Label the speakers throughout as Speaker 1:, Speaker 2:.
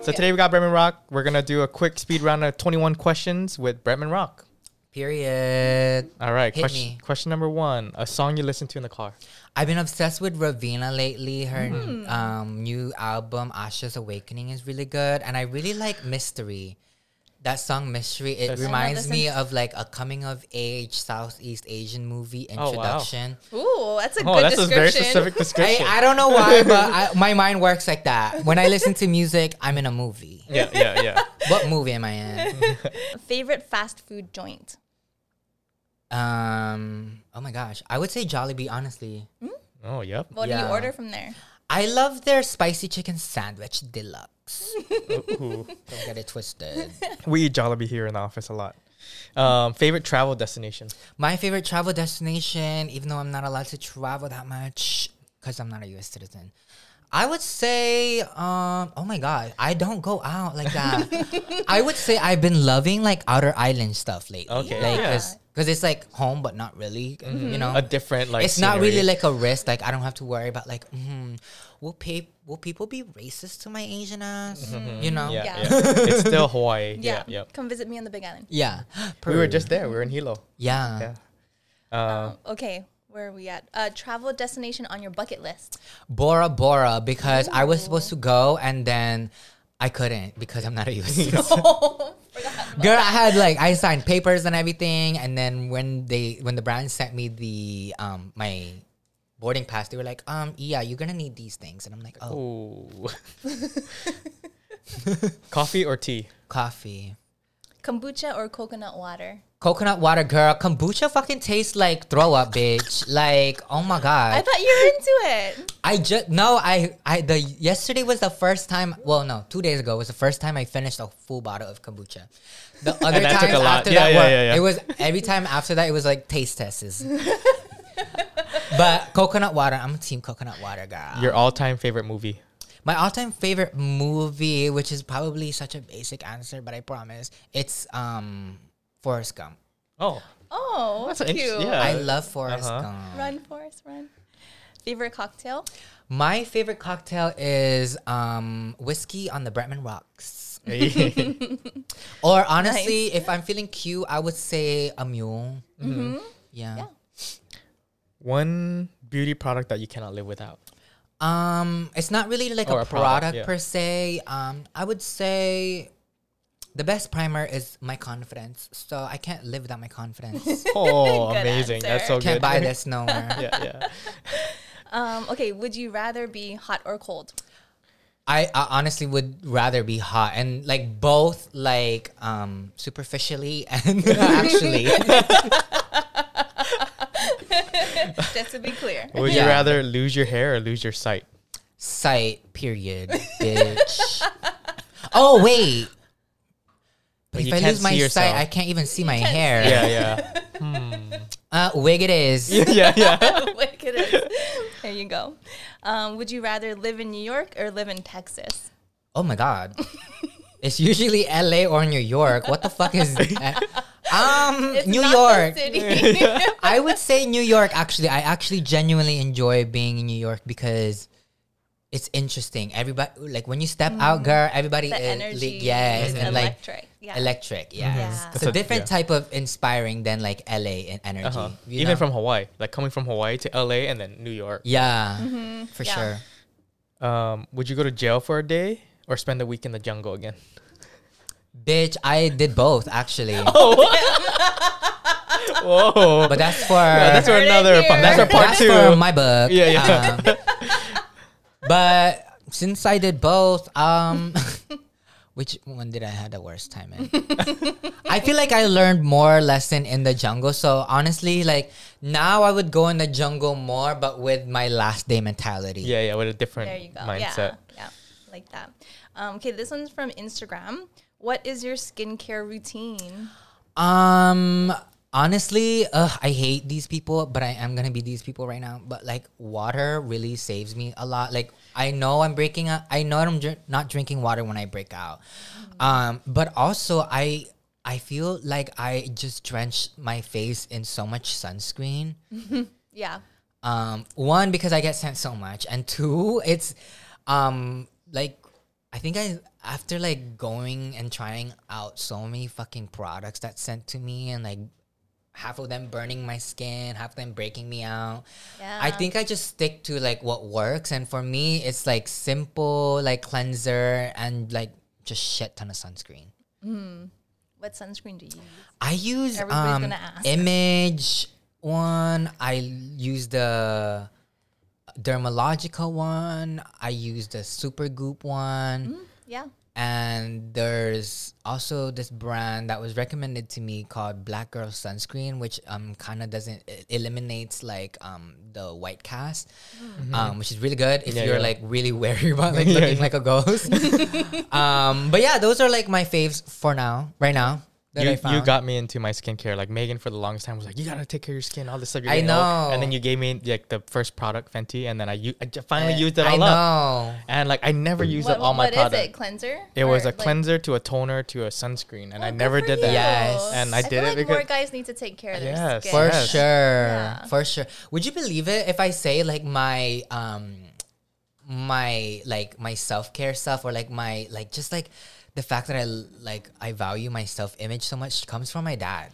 Speaker 1: So today we got Bretman Rock. We're gonna do a quick speed round of 21 questions with Bretman Rock.
Speaker 2: Period.
Speaker 1: All right,
Speaker 2: Hit
Speaker 1: question,
Speaker 2: me.
Speaker 1: question number one: a song you listen to in the car.
Speaker 2: I've been obsessed with Ravina lately. Her
Speaker 1: Hmm.
Speaker 2: um, new album, Asha's Awakening, is really good. And I really like Mystery. That song, Mystery, it
Speaker 1: That's-
Speaker 3: I
Speaker 2: reminds
Speaker 3: listen
Speaker 2: me
Speaker 3: to-
Speaker 2: of like a coming of age Southeast Asian movie
Speaker 1: Oh, wow.
Speaker 2: introduction.
Speaker 3: Ooh, that's a
Speaker 1: Oh,
Speaker 3: good
Speaker 1: that's a
Speaker 3: description.
Speaker 1: very specific
Speaker 2: I,
Speaker 1: description.
Speaker 2: I don't know why, but I, my mind works like that. When I listen to music, I'm in a movie.
Speaker 1: yeah, yeah, yeah.
Speaker 2: What movie am I in?
Speaker 3: Favorite fast food joint.
Speaker 2: Um, oh my gosh. I would say Jollibee, honestly.
Speaker 1: Oh, yep.
Speaker 3: What do you
Speaker 2: Yeah.
Speaker 3: order from there?
Speaker 2: I love their spicy chicken sandwich deluxe.
Speaker 1: Ooh.
Speaker 2: Don't get it twisted.
Speaker 1: We eat Jollibee here in the office a lot. Um, favorite travel destination.
Speaker 2: My favorite travel destination, even though I'm not allowed to travel that much because I'm not a US citizen. I would say, um, oh my god, I don't go out like that. I would say I've been loving like outer island stuff lately.
Speaker 1: Okay.
Speaker 2: Like,
Speaker 1: Yeah.
Speaker 2: cause, 'cause it's like home, but not really. You know,
Speaker 1: A different like.
Speaker 2: it's not really
Speaker 1: scenery.
Speaker 2: like a risk. Like I don't have to worry about like, mm, will pe- will people be racist to my Asian ass? You know?
Speaker 1: Mm-hmm. Yeah,
Speaker 3: Yeah.
Speaker 1: yeah. it's still Hawaii. Yeah, yeah.
Speaker 3: Come visit me on the Big Island.
Speaker 2: Yeah.
Speaker 1: We were just there. We were in Hilo.
Speaker 2: yeah.
Speaker 1: Yeah.
Speaker 3: Okay, where are we at? Uh, travel destination on your bucket list.
Speaker 2: Bora Bora because I was supposed to go and then I couldn't because I'm not a US citizen.
Speaker 3: oh, forgot.
Speaker 2: Girl, I had like I signed papers and everything, and then when they when the brand sent me the um my boarding pass, they were like, um yeah, you're gonna need these things, and I'm like, oh,
Speaker 1: Ooh. Coffee or tea?
Speaker 2: coffee,
Speaker 3: Kombucha or coconut water?
Speaker 2: coconut water, girl, kombucha fucking tastes like throw up, bitch. like oh my god,
Speaker 3: I thought you were into it.
Speaker 2: I just no, I I the yesterday was the first time. Well, no, two days ago was the first time I finished a full bottle of kombucha. The other
Speaker 1: that
Speaker 2: times
Speaker 1: took a lot.
Speaker 2: after
Speaker 1: Yeah,
Speaker 2: that
Speaker 1: yeah,
Speaker 2: were-
Speaker 1: yeah, yeah.
Speaker 2: it was every time after that it was like taste tests. but coconut water, I'm a team coconut water girl.
Speaker 1: Your all-time favorite movie?
Speaker 2: My all-time favorite movie, which is probably such a basic answer, but I promise it's um Forrest Gump.
Speaker 1: Oh,
Speaker 3: Oh,
Speaker 1: That's
Speaker 3: cute.
Speaker 1: interest- yeah.
Speaker 2: I love Forrest
Speaker 1: Uh-huh.
Speaker 2: Gump.
Speaker 3: Run, Forrest, run. Favorite cocktail?
Speaker 2: My favorite cocktail is um whiskey on the Bretman Rocks. Or honestly, if I'm feeling cute, I would say a mule.
Speaker 1: Mm-hmm.
Speaker 2: Yeah.
Speaker 1: one beauty product that you cannot live without.
Speaker 2: Um, it's not really like
Speaker 1: Or
Speaker 2: a,
Speaker 1: a
Speaker 2: product,
Speaker 1: product, yeah.
Speaker 2: per se. Um, I would say the best primer is my confidence. So I can't live without my confidence.
Speaker 1: Oh,
Speaker 3: Good
Speaker 1: amazing! That's so good.
Speaker 2: can't buy this nowhere.
Speaker 1: yeah, yeah.
Speaker 3: Um, okay, would you rather be hot or cold?
Speaker 2: I, I honestly would rather be hot and like both like um superficially and actually.
Speaker 3: Just to be clear.
Speaker 1: Would
Speaker 2: Yeah.
Speaker 1: you rather lose your hair or lose your sight?
Speaker 2: Sight, period, bitch. oh, wait. But
Speaker 1: When
Speaker 2: if
Speaker 1: you
Speaker 2: I
Speaker 1: can't
Speaker 2: lose my
Speaker 1: see
Speaker 2: sight,
Speaker 1: yourself.
Speaker 2: I can't even see my hair.
Speaker 1: Yeah, yeah,
Speaker 2: Uh, wig it is.
Speaker 1: yeah, yeah.
Speaker 3: Like it is. There you go. Um, would you rather live in New York or live in Texas?
Speaker 2: Oh my god. it's usually LA or New York. What the fuck is that? Um,
Speaker 3: It's
Speaker 2: New
Speaker 3: not the
Speaker 2: York.
Speaker 3: city.
Speaker 2: I would say New York actually. I actually genuinely enjoy being in New York because it's interesting. Everybody like when you step out, girl, everybody
Speaker 3: Mm. the
Speaker 2: is
Speaker 3: energy
Speaker 2: lit- yes,
Speaker 3: is
Speaker 2: and like
Speaker 3: electric. yeah.
Speaker 2: electric, yes.
Speaker 3: Yeah.
Speaker 2: It's
Speaker 1: Mm-hmm. That's a-
Speaker 2: a different
Speaker 1: yeah.
Speaker 2: type of inspiring than like LA and energy.
Speaker 1: Uh-huh.
Speaker 2: you
Speaker 1: Even
Speaker 2: know?
Speaker 1: from Hawaii, like coming from Hawaii to LA and then New York.
Speaker 2: yeah, for
Speaker 3: Mm-hmm. Yeah.
Speaker 2: sure.
Speaker 1: Um, would you go to jail for a day or spend a week in the jungle again?
Speaker 2: Bitch, I did both actually,
Speaker 1: Oh. Whoa,
Speaker 2: but that's for
Speaker 1: that's for
Speaker 3: Heard it
Speaker 1: another.
Speaker 3: here.
Speaker 1: That's a part
Speaker 2: That's
Speaker 1: two.
Speaker 2: for my book.
Speaker 1: Yeah, yeah.
Speaker 2: Um, but since I did both, um, which one did I have the worst time in? I feel like I learned more lesson in the jungle. So honestly, like now I would go in the jungle more, but with my last day mentality.
Speaker 1: yeah, yeah, with a
Speaker 3: There
Speaker 1: different
Speaker 3: you go.
Speaker 1: mindset.
Speaker 3: Yeah, yeah, like that. Um, okay, this one's from Instagram. What is your skincare routine?
Speaker 2: Um. Honestly, ugh, I hate these people, but I am gonna be these people right now. But like, water really saves me a lot. Like, I know I'm breaking up. I know I'm dr- not drinking water when I break out. Um. But also, I I feel like I just drench my face in so much sunscreen.
Speaker 3: Yeah,
Speaker 2: Um. One because I get sent so much, and two, it's um like I think I after like going and trying out so many fucking products that sent to me and like half of them burning my skin, half of them breaking me out.
Speaker 3: Yeah.
Speaker 2: I think I just stick to like what works and for me it's like simple like cleanser and like just shit ton of sunscreen.
Speaker 3: What sunscreen do you use?
Speaker 2: I use
Speaker 3: Everybody's
Speaker 2: um,
Speaker 3: gonna ask.
Speaker 2: image one. I use the dermalogica one. I use the super goop one.
Speaker 3: Yeah.
Speaker 2: And there's also this brand that was recommended to me called Black Girl Sunscreen, which um kind of doesn't it eliminates like um the white cast,
Speaker 3: Mm-hmm.
Speaker 2: um which is really good if
Speaker 1: Yeah,
Speaker 2: you're
Speaker 1: yeah.
Speaker 2: like really wary about like looking like a ghost. um, but yeah, those are like my faves for now, right now. That
Speaker 1: You,
Speaker 2: I found.
Speaker 1: you got me into my skincare. Like Megan for the longest time was like, "You gotta take care of your skin, all this stuff." You're
Speaker 2: I
Speaker 1: getting old."
Speaker 2: know.
Speaker 1: And then you gave me like the first product, Fenty, and then I, u- I ju- finally used it
Speaker 2: Eh, I
Speaker 1: all up.
Speaker 2: know.
Speaker 1: And like I never used
Speaker 3: What,
Speaker 1: up all my
Speaker 3: what is
Speaker 1: products.
Speaker 3: it? Cleanser?
Speaker 1: It was a
Speaker 3: Or, like-
Speaker 1: cleanser to a toner to a sunscreen, and I
Speaker 3: Oh, good
Speaker 1: never
Speaker 3: for
Speaker 1: did
Speaker 3: you.
Speaker 1: that.
Speaker 2: Yes.
Speaker 1: and I,
Speaker 3: I,
Speaker 1: did
Speaker 3: feel
Speaker 1: it
Speaker 3: like more
Speaker 1: because
Speaker 3: guys need to take care of their
Speaker 1: Yes.
Speaker 3: skin.
Speaker 2: For
Speaker 1: Yes.
Speaker 2: sure.
Speaker 3: Yeah.
Speaker 2: For sure. Would you believe it if I say like my um my like my self-care stuff or like my like just like the fact that I l- like I value my self-image so much comes from my dad.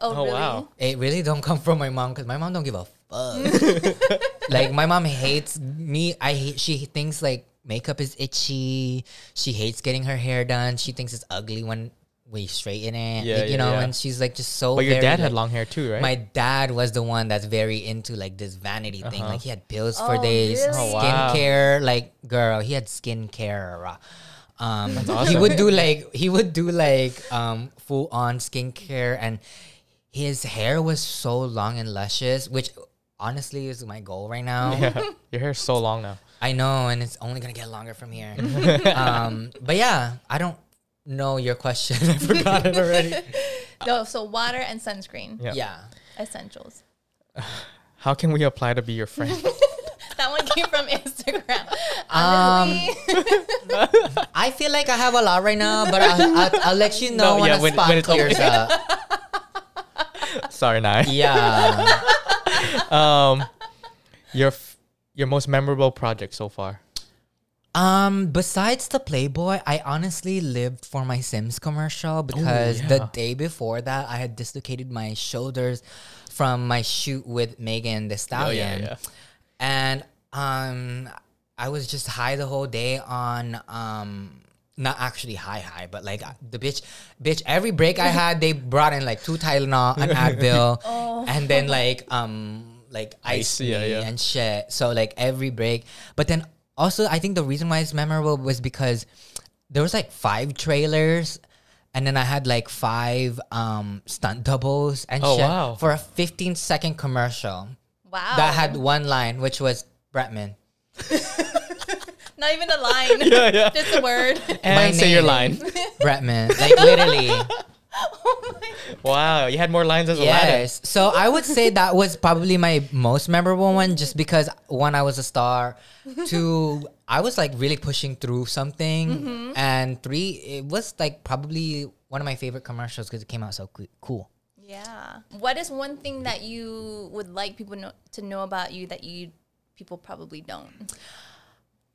Speaker 3: Oh,
Speaker 1: Oh,
Speaker 3: really?
Speaker 1: wow.
Speaker 2: It really don't come from my mom cuz my mom don't give a fuck. like my mom hates me. I hate she thinks like makeup is itchy. She hates getting her hair done. She thinks it's ugly when we straighten it.
Speaker 1: Yeah,
Speaker 2: like, you
Speaker 1: yeah,
Speaker 2: know,
Speaker 1: yeah.
Speaker 2: and she's like just so
Speaker 1: But your
Speaker 2: very,
Speaker 1: dad
Speaker 2: like-
Speaker 1: had long hair too, right?
Speaker 2: my dad was the one that's very into like this vanity thing.
Speaker 1: Uh-huh.
Speaker 2: Like he had pills for
Speaker 3: Oh,
Speaker 2: days,
Speaker 3: really? Oh,
Speaker 1: wow.
Speaker 2: skincare. Like girl, he had skincare. Um, he
Speaker 1: awesome.
Speaker 2: would do like he would do like um full on skincare, and his hair was so long and luscious, which honestly is my goal right now.
Speaker 1: yeah, your hair's so long now.
Speaker 2: I know, and it's only gonna get longer from here. um, but yeah, I don't know your question. I forgot it already.
Speaker 3: No, so water and sunscreen.
Speaker 1: Yeah.
Speaker 2: yeah.
Speaker 3: Essentials.
Speaker 1: How can we apply to be your friend?
Speaker 3: That one came from Instagram.
Speaker 2: Um,
Speaker 3: Honestly,
Speaker 2: I feel like I have a lot right now, but I'll, I'll, I'll let you know
Speaker 1: No,
Speaker 2: when
Speaker 1: yeah,
Speaker 2: a
Speaker 1: when-
Speaker 2: spot
Speaker 1: when it's open.
Speaker 2: clears up.
Speaker 1: Sorry, Nai.
Speaker 2: Yeah.
Speaker 1: Um, your f- your most memorable project so far?
Speaker 2: Um. Besides the Playboy, I honestly lived for my Sims commercial because the
Speaker 1: Oh, yeah.
Speaker 2: day before that, I had dislocated my shoulders from my shoot with Megan the Stallion,
Speaker 1: yeah.
Speaker 2: and um, I was just high the whole day on um. Not actually high high, but like uh, the bitch, bitch. Every break I had, they brought in like two Tylenol, an Advil, and then like um like
Speaker 1: Oh. Ice,
Speaker 2: ice,
Speaker 1: yeah,
Speaker 2: me
Speaker 1: yeah.
Speaker 2: and shit. So like every break, but then also I think the reason why it's memorable was because there was like five trailers, and then I had like five um stunt doubles and
Speaker 1: Oh,
Speaker 2: shit
Speaker 1: wow.
Speaker 2: for a 15 second commercial
Speaker 3: wow.
Speaker 2: that had one line, which was Bretman.
Speaker 3: Not even a line.
Speaker 1: Yeah, yeah.
Speaker 3: Just a word.
Speaker 1: And
Speaker 2: My
Speaker 1: say your line.
Speaker 2: name. Bretman, like literally.
Speaker 3: oh my
Speaker 1: Wow, you had more lines as Aladdin.
Speaker 2: Yes. So I would say that was probably my most memorable one just because one, I was a star. Two, I was like really pushing through something. And three, it was like probably one of my favorite commercials because it came out so coo- cool.
Speaker 3: Yeah. What is one thing that you would like people know, to know about you that you people probably don't?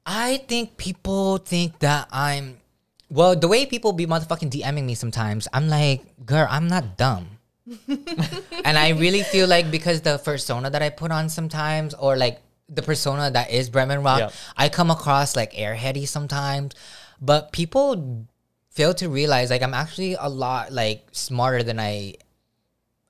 Speaker 2: I think people think that I'm. Well, the way people be motherfucking DMing me sometimes, I'm like, girl, I'm not dumb. and I really feel like because the persona that I put on sometimes, or like the persona that is Bremen Rock,
Speaker 1: Yeah.
Speaker 2: I come across like airheady sometimes. But people fail to realize like I'm actually a lot like smarter than I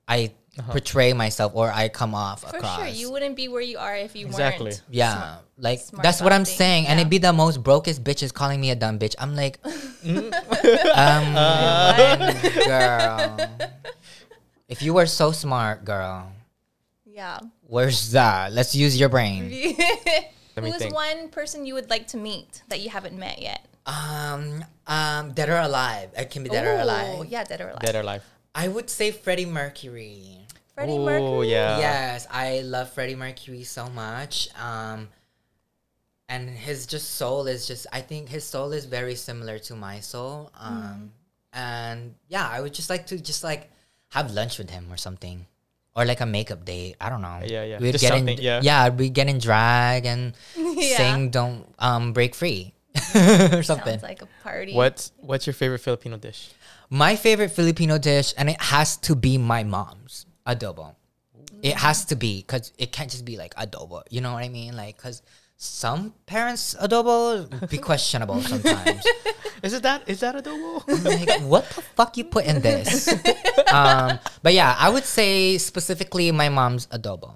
Speaker 2: I portray myself or I come off
Speaker 3: Uh-huh. For
Speaker 2: across.
Speaker 3: sure, you wouldn't be where you are if you
Speaker 1: Exactly.
Speaker 3: weren't.
Speaker 2: Yeah, like
Speaker 3: smart
Speaker 2: that's what
Speaker 3: about
Speaker 2: I'm
Speaker 3: things,
Speaker 2: saying, and
Speaker 3: yeah.
Speaker 2: it'd be the most brokest bitches calling me a dumb bitch. I'm like, mm-hmm. um,
Speaker 3: Uh.
Speaker 2: girl, if you were so smart, girl,
Speaker 3: Yeah.
Speaker 2: where's that? Let's use your brain.
Speaker 1: Let me
Speaker 3: Who's
Speaker 1: think.
Speaker 3: one person you would like to meet that you haven't met yet?
Speaker 2: Um, um, dead or alive? It can be dead or
Speaker 3: Ooh,
Speaker 2: alive.
Speaker 3: Yeah, dead or alive.
Speaker 1: Dead or alive?
Speaker 2: I would say Freddie Mercury.
Speaker 3: Freddie
Speaker 1: Ooh,
Speaker 3: Mercury.
Speaker 1: yeah.
Speaker 2: yes, I love Freddie Mercury so much. Um, and his just soul is just. I think his soul is very similar to my soul. Um, and yeah, I would just like to just like have lunch with him or something, or like a makeup date. I don't know.
Speaker 1: Yeah, yeah.
Speaker 2: We'd
Speaker 1: Just
Speaker 2: get in,
Speaker 1: something, yeah.
Speaker 2: yeah, we get in drag and
Speaker 3: Yeah.
Speaker 2: sing "Don't um Break Free." or something.
Speaker 3: Sounds like a party.
Speaker 1: What's what's your favorite Filipino dish?
Speaker 2: My favorite Filipino dish, and it has to be my mom's adobo. It has to be because it can't just be like adobo. You know what I mean? Like because some parents' adobo be questionable sometimes.
Speaker 1: Is it that? Is that adobo?
Speaker 2: like, what the fuck you put in this? um, but yeah, I would say specifically my mom's adobo.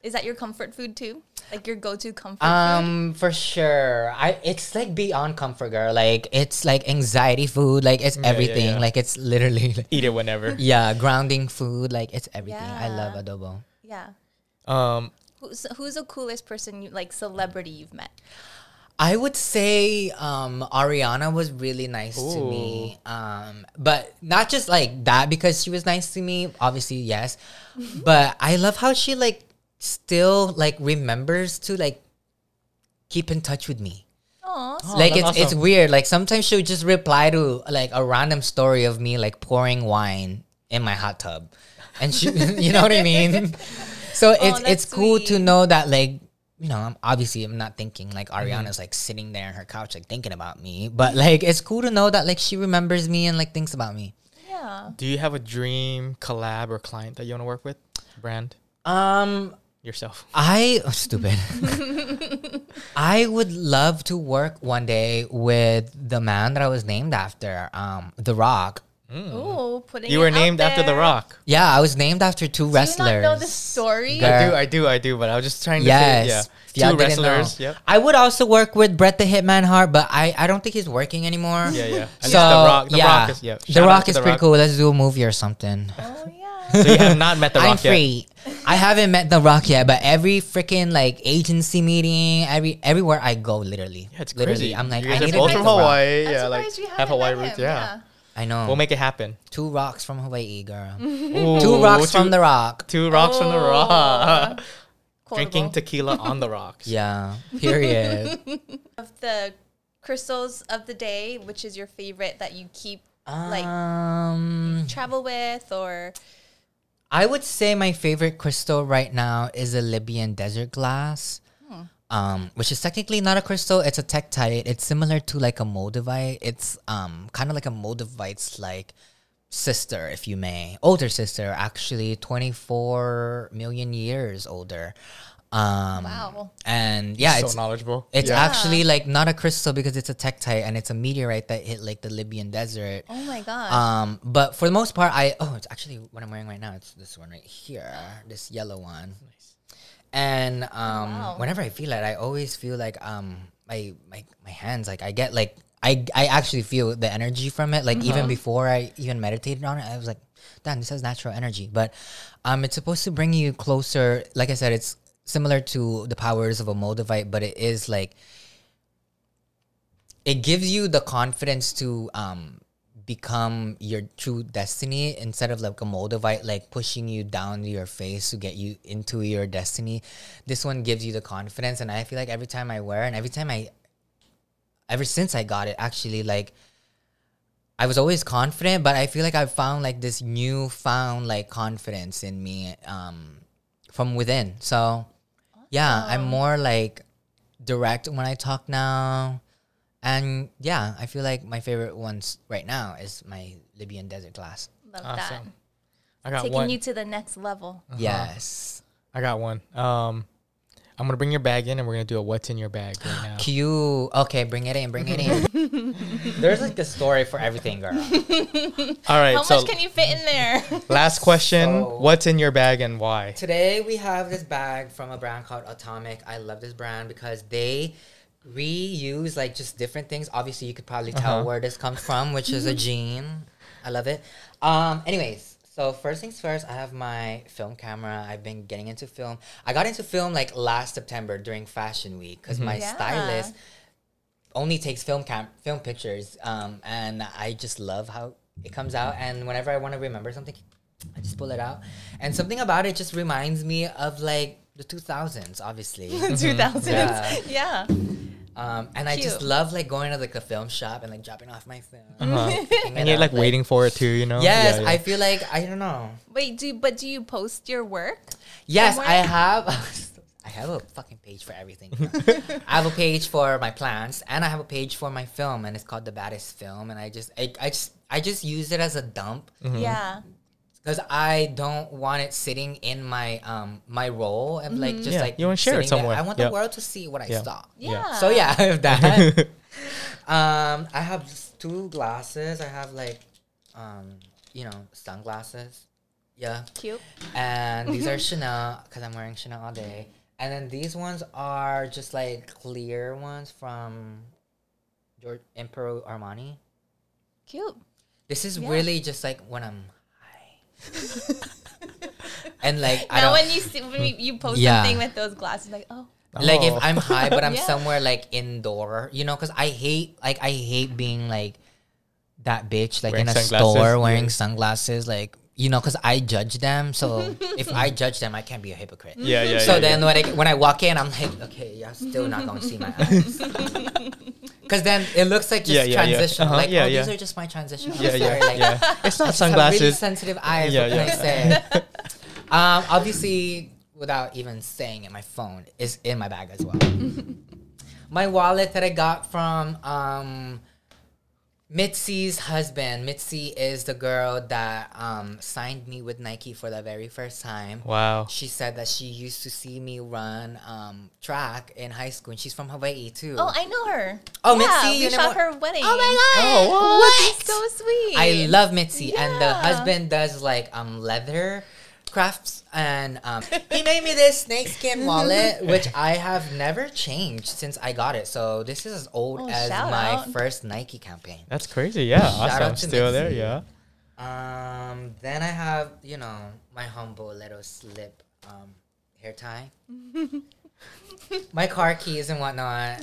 Speaker 3: Is that your comfort food too? Like your go-to comfort food?
Speaker 2: Um, for sure. I it's like beyond comfort, girl. Like it's like anxiety food. Like it's
Speaker 1: yeah,
Speaker 2: everything.
Speaker 1: yeah.
Speaker 2: Like it's literally. Like,
Speaker 1: Eat it whenever.
Speaker 2: yeah, grounding food. Like it's everything. I love
Speaker 3: Yeah.
Speaker 2: adobo.
Speaker 3: Yeah.
Speaker 1: Um,
Speaker 3: Who's who's the coolest person you like celebrity you've met?
Speaker 2: I would say um, Ariana was really nice to me, um, but not just like that because she was nice to me. Obviously, yes, but I love how she like still like remembers to like keep in touch with me.
Speaker 3: Aw, so
Speaker 2: like it's
Speaker 1: Oh, that's
Speaker 2: it's weird. Like sometimes she would just reply to like a random story of me like pouring wine in my hot tub, and she, you know what I mean. So it's
Speaker 3: that's
Speaker 2: it's cool to
Speaker 3: sweet.
Speaker 2: know that like you know I'm obviously I'm not thinking like Ariana's like sitting there on her couch like thinking about me, but like it's cool to know that like she remembers me and like thinks about me.
Speaker 3: yeah.
Speaker 1: do you have a dream collab or client that you want to work with? Brand
Speaker 2: Um,
Speaker 1: yourself.
Speaker 2: I oh, stupid. I would love to work one day with the man that I was named after, um, The Rock.
Speaker 3: Oh, putting
Speaker 1: Hmm. You
Speaker 3: it
Speaker 1: were
Speaker 3: out
Speaker 1: named after The
Speaker 3: there.
Speaker 1: Rock.
Speaker 2: Yeah, I was named after two
Speaker 3: Do you
Speaker 2: wrestlers.
Speaker 3: not know the story?
Speaker 2: Girl.
Speaker 1: I
Speaker 2: Yeah.
Speaker 1: do, I do, I do. But I was just trying to
Speaker 2: Yes.
Speaker 1: say, yeah,
Speaker 2: Y'all
Speaker 1: two
Speaker 2: didn't know.
Speaker 1: wrestlers. Yep.
Speaker 2: I would also work with Brett the Hitman Hart, but I, I don't think he's working anymore.
Speaker 1: Yeah, yeah. I
Speaker 2: So
Speaker 1: think The Rock, The
Speaker 2: yeah.
Speaker 1: Rock is, yeah.
Speaker 2: The
Speaker 1: Shout out
Speaker 2: Rock
Speaker 1: to
Speaker 2: is
Speaker 1: The
Speaker 2: pretty
Speaker 1: Rock.
Speaker 2: cool. Let's do a movie or something.
Speaker 3: Oh yeah.
Speaker 1: So you have not met The Rock
Speaker 2: I'm
Speaker 1: yet.
Speaker 2: free. I haven't met The Rock yet, but every freaking like agency meeting, every everywhere I go, literally,
Speaker 1: Yeah, it's
Speaker 2: literally,
Speaker 1: crazy.
Speaker 2: I'm like,
Speaker 1: you
Speaker 2: I
Speaker 1: guys are
Speaker 2: need to
Speaker 1: both
Speaker 2: meet
Speaker 1: from
Speaker 2: The Rock.
Speaker 1: Hawaii.
Speaker 3: I'm
Speaker 1: yeah, like
Speaker 3: surprised you
Speaker 1: have
Speaker 3: haven't
Speaker 1: Hawaii
Speaker 3: met
Speaker 1: roots.
Speaker 3: him,
Speaker 1: Yeah.
Speaker 2: I know.
Speaker 1: we'll make it happen.
Speaker 2: two rocks from Hawaii, girl.
Speaker 1: Ooh,
Speaker 2: two rocks from
Speaker 1: two-
Speaker 2: The Oh. Rock.
Speaker 1: Two rocks from the rock.
Speaker 3: Quotable.
Speaker 1: Drinking tequila on the rocks.
Speaker 2: Yeah. Period.
Speaker 3: of the crystals of the day, which is your favorite that you keep like
Speaker 2: um.
Speaker 3: travel with or
Speaker 2: I would say my favorite crystal right now is a Libyan desert glass, um, which is technically not a crystal. It's a tektite. It's similar to like a moldavite. It's um, kind of like a moldavite's like sister, if you may, older sister, actually, twenty four million years older. Um,
Speaker 3: Wow.
Speaker 2: And yeah,
Speaker 1: So
Speaker 2: it's
Speaker 1: knowledgeable.
Speaker 2: it's
Speaker 1: yeah.
Speaker 2: actually like not a crystal because it's a tektite and it's a meteorite that hit like the Libyan desert.
Speaker 3: oh my god.
Speaker 2: Um, but for the most part, I oh, it's actually what I'm wearing right now. It's this one right here, this yellow one. And um,
Speaker 3: Wow.
Speaker 2: whenever I feel it, I always feel like um, my my my hands like I get like I I actually feel the energy from it. Like even before I even meditated on it, I was like, damn, this has natural energy. But um, it's supposed to bring you closer. Like I said, it's similar to the powers of a moldavite, but it is like it gives you the confidence to um become your true destiny instead of like a moldavite like pushing you down your face to get you into your destiny this one gives you the confidence and i feel like every time i wear it and every time i ever since i got it actually like i was always confident but i feel like i found like this new found like confidence in me um from within so yeah i'm more like direct when i talk now and yeah, I feel like my favorite ones right now is my Libyan desert glass.
Speaker 3: Love
Speaker 1: Awesome. I got
Speaker 3: that. Taking
Speaker 1: one.
Speaker 3: you to the next level.
Speaker 2: Yes.
Speaker 1: I got one. Um, I'm gonna bring your bag in, and we're gonna do a what's in your bag right now.
Speaker 2: Cute. Okay, bring it in, bring it in. There's like a story for everything, girl.
Speaker 1: All right.
Speaker 3: How
Speaker 1: so
Speaker 3: much can you fit in there?
Speaker 1: last question:
Speaker 2: So-
Speaker 1: What's in your bag and why?
Speaker 2: Today we have this bag from a brand called Atomic. I love this brand because they reuse like just different things. Obviously, you could probably tell where this comes from, which is a jean. I love it. Um, anyways, so first things first, I have my film camera. I've been getting into film. I got into film like last September during Fashion Week because my
Speaker 3: Yeah.
Speaker 2: stylist only takes film cam film pictures um and i just love how it comes out and whenever i want to remember something i just pull it out and something about it just reminds me of like the 2000s obviously
Speaker 1: Mm-hmm.
Speaker 3: Two thousands.
Speaker 2: Yeah.
Speaker 3: Yeah.
Speaker 2: um and i just
Speaker 3: Cute.
Speaker 2: love like going to like a film shop and like dropping off my film
Speaker 1: Uh-huh.
Speaker 2: picking
Speaker 1: And
Speaker 2: it
Speaker 1: you're
Speaker 2: up,
Speaker 1: like waiting for it too, you know?
Speaker 2: yes
Speaker 1: Yeah, yeah.
Speaker 2: i feel like i don't know
Speaker 3: Wait, do but do you post your work?
Speaker 2: yes i
Speaker 3: Somewhere?
Speaker 2: have i have a fucking page for everything. I have a page for my plants, and I have a page for my film, and it's called the baddest film. And I just, I, I just, I just use it as a dump
Speaker 1: Mm-hmm.
Speaker 3: Yeah.
Speaker 2: because I don't want it sitting in my um my role and like just
Speaker 1: Yeah,
Speaker 2: like
Speaker 1: you wanna share it
Speaker 2: sitting
Speaker 1: somewhere.
Speaker 2: there. I want
Speaker 1: Yeah.
Speaker 2: the world to see what I
Speaker 1: Yeah.
Speaker 2: saw.
Speaker 3: Yeah.
Speaker 2: So yeah, I have that. um, I have s- two glasses. I have like, um, you know, sunglasses. Yeah,
Speaker 3: Cute.
Speaker 2: and these are Chanel because I'm wearing Chanel all day. And then these ones are just like clear ones from George Imperial Armani.
Speaker 3: Cute.
Speaker 2: This is
Speaker 3: Yeah.
Speaker 2: really just like when I'm high, and like I
Speaker 3: now
Speaker 2: don't.
Speaker 3: when you see, when you, you post
Speaker 2: Yeah.
Speaker 3: something with those glasses, like oh
Speaker 2: like if
Speaker 1: Oh.
Speaker 2: i'm high but i'm
Speaker 3: Yeah.
Speaker 2: somewhere like indoor you know because i hate like i hate being like that bitch like in
Speaker 1: Wearing
Speaker 2: a
Speaker 1: sunglasses,
Speaker 2: store wearing
Speaker 1: yeah.
Speaker 2: sunglasses like you know because i judge them so if i judge them i can't be a hypocrite
Speaker 1: yeah, yeah.
Speaker 2: so
Speaker 1: yeah,
Speaker 2: then when I, when I walk in i'm like okay you're still not gonna see my eyes because then it looks like just
Speaker 1: Yeah, yeah, yeah.
Speaker 2: transitional
Speaker 1: Uh-huh,
Speaker 2: like
Speaker 1: yeah,
Speaker 2: oh,
Speaker 1: yeah.
Speaker 2: these are just my transitional
Speaker 1: yeah,
Speaker 2: I'm
Speaker 1: yeah,
Speaker 2: sorry, like,
Speaker 1: yeah. It's
Speaker 2: I
Speaker 1: not
Speaker 2: just have Really
Speaker 1: sunglasses.
Speaker 2: sensitive eyes.
Speaker 1: Yeah,
Speaker 2: what can
Speaker 1: yeah.
Speaker 2: I say? um, obviously, without even saying it, my phone is in my bag as well. my wallet that I got from um, Mitzi's husband. Mitzi is the girl that um, signed me with Nike for the very first time.
Speaker 1: Wow.
Speaker 2: She said that she used to see me run um, track in high school, and she's from Hawaii too.
Speaker 3: oh I know her.
Speaker 2: Oh,
Speaker 3: yeah,
Speaker 2: Mitzi,
Speaker 3: we
Speaker 2: you
Speaker 3: shot
Speaker 2: know
Speaker 3: her wedding.
Speaker 2: Oh my god!
Speaker 1: Oh, what?
Speaker 3: She's so sweet.
Speaker 2: I love Mitzi, and the
Speaker 3: Yeah.
Speaker 2: husband does like um leather crafts, and um, he made me this snakeskin wallet, which I have never changed since I got it. So this is as old
Speaker 3: Oh,
Speaker 2: as
Speaker 3: shout
Speaker 2: my
Speaker 3: out.
Speaker 2: first Nike campaign.
Speaker 1: That's crazy. Yeah.
Speaker 2: Shout
Speaker 1: Awesome.
Speaker 2: out to
Speaker 1: Still there.
Speaker 2: Nipsey.
Speaker 1: Yeah.
Speaker 2: Um, then I have you know my humble little slip um hair tie, my car keys and whatnot.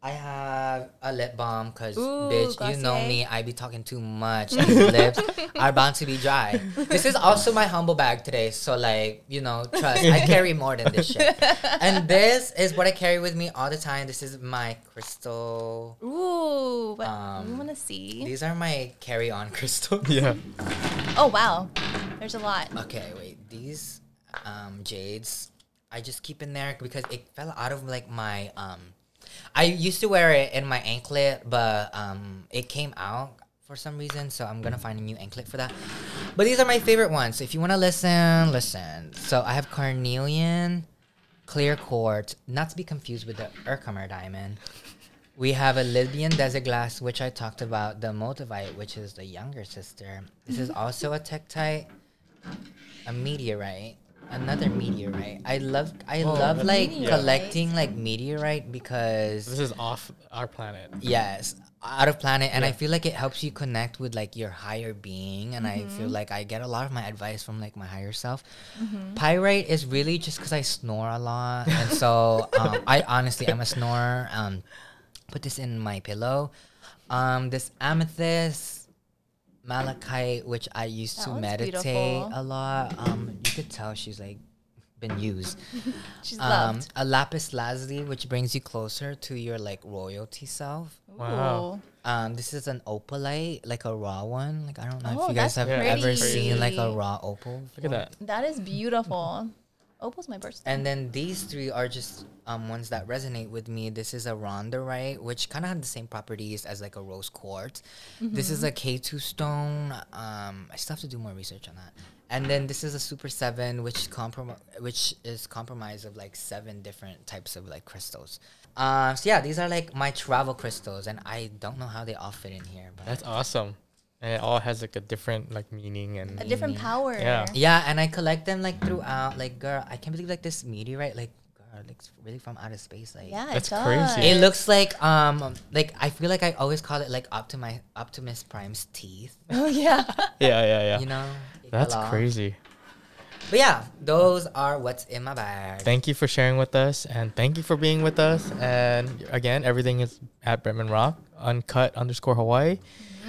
Speaker 2: I have a lip balm because
Speaker 3: Ooh,
Speaker 2: bitch, you know
Speaker 3: Glossier.
Speaker 2: me. I be talking too much. and These lips are bound to be dry. This is also my humble bag today, so like you know, trust. I carry more than this shit. And this is what I carry with me all the time. This is my crystal.
Speaker 3: Ooh, but we
Speaker 2: Um,
Speaker 3: want to see.
Speaker 2: These are my carry-on crystal.
Speaker 1: Yeah.
Speaker 3: Oh wow, there's a lot.
Speaker 2: Okay, wait. These um, jades, I just keep in there because it fell out of like my. Um, I used to wear it in my anklet, but um, it came out for some reason, so I'm gonna find a new anklet for that. But these are my favorite ones. So if you wanna listen, listen. So I have carnelian, clear quartz, not to be confused with the Urkhammer diamond. We have a Libyan desert glass, which I talked about, the Motivite, which is the younger sister. This is also a Tektite a meteorite another meteorite i love i love like
Speaker 3: Meteorite.
Speaker 2: collecting like meteorite because
Speaker 1: This is off our planet.
Speaker 2: yes out of planet and i feel like it helps you connect with like your higher being and i
Speaker 3: Mm-hmm.
Speaker 2: feel like i get a lot of my advice from like my higher self
Speaker 3: Mm-hmm.
Speaker 2: pyrite is really just because i snore a lot and so um, i honestly am a snorer um, put this in my pillow um, this amethyst malachite which i used
Speaker 3: That
Speaker 2: to
Speaker 3: one's
Speaker 2: meditate
Speaker 3: beautiful.
Speaker 2: a lot um, you could tell she's like been used
Speaker 3: She's
Speaker 2: um,
Speaker 3: loved.
Speaker 2: a lapis lazuli which brings you closer to your like royalty self
Speaker 1: wow.
Speaker 3: Ooh.
Speaker 2: um, this is an opalite, like a raw one. Like I don't know
Speaker 3: Oh,
Speaker 2: if you guys have
Speaker 3: that's
Speaker 1: Yeah,
Speaker 2: ever
Speaker 1: pretty.
Speaker 2: seen like a
Speaker 3: pretty.
Speaker 2: raw opal.
Speaker 1: Look at that.
Speaker 3: That is beautiful. Opal's my birthday.
Speaker 2: And then these three are just um, ones that resonate with me. This is a rondorite, which kind of had the same properties as like a rose quartz. This
Speaker 3: Mm-hmm.
Speaker 2: is a K2 stone. Um, I still have to do more research on that. And then this is a super seven, which comprom- which is compromised of like seven different types of like crystals. Um, so yeah, these are like my travel crystals, and I don't know how they all fit in here, but
Speaker 1: That's awesome. And it all has like a different like meaning and
Speaker 3: A different power.
Speaker 1: Yeah.
Speaker 2: Mm. Yeah, and I collect them like throughout. Like, girl, I can't believe like this meteorite. Like, girl, it looks really from outer space. Like,
Speaker 3: Yeah,
Speaker 1: That's
Speaker 3: it does.
Speaker 1: crazy.
Speaker 2: It looks like um, like I feel like I always call it like Optimi- Optimus Prime's teeth.
Speaker 3: Oh yeah.
Speaker 1: yeah, yeah, yeah.
Speaker 2: You know.
Speaker 1: That's
Speaker 2: Hello.
Speaker 1: crazy.
Speaker 2: But yeah, those are what's in my bag.
Speaker 1: Thank you for sharing with us and thank you for being with us. And again, everything is at Bretman Rock, uncut underscore Hawaii.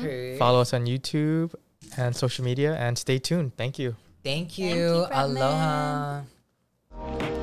Speaker 2: you.
Speaker 1: Follow us on YouTube and social media and stay tuned. Thank you.
Speaker 2: Thank
Speaker 3: you,
Speaker 2: you.
Speaker 3: Bretman.
Speaker 2: Aloha.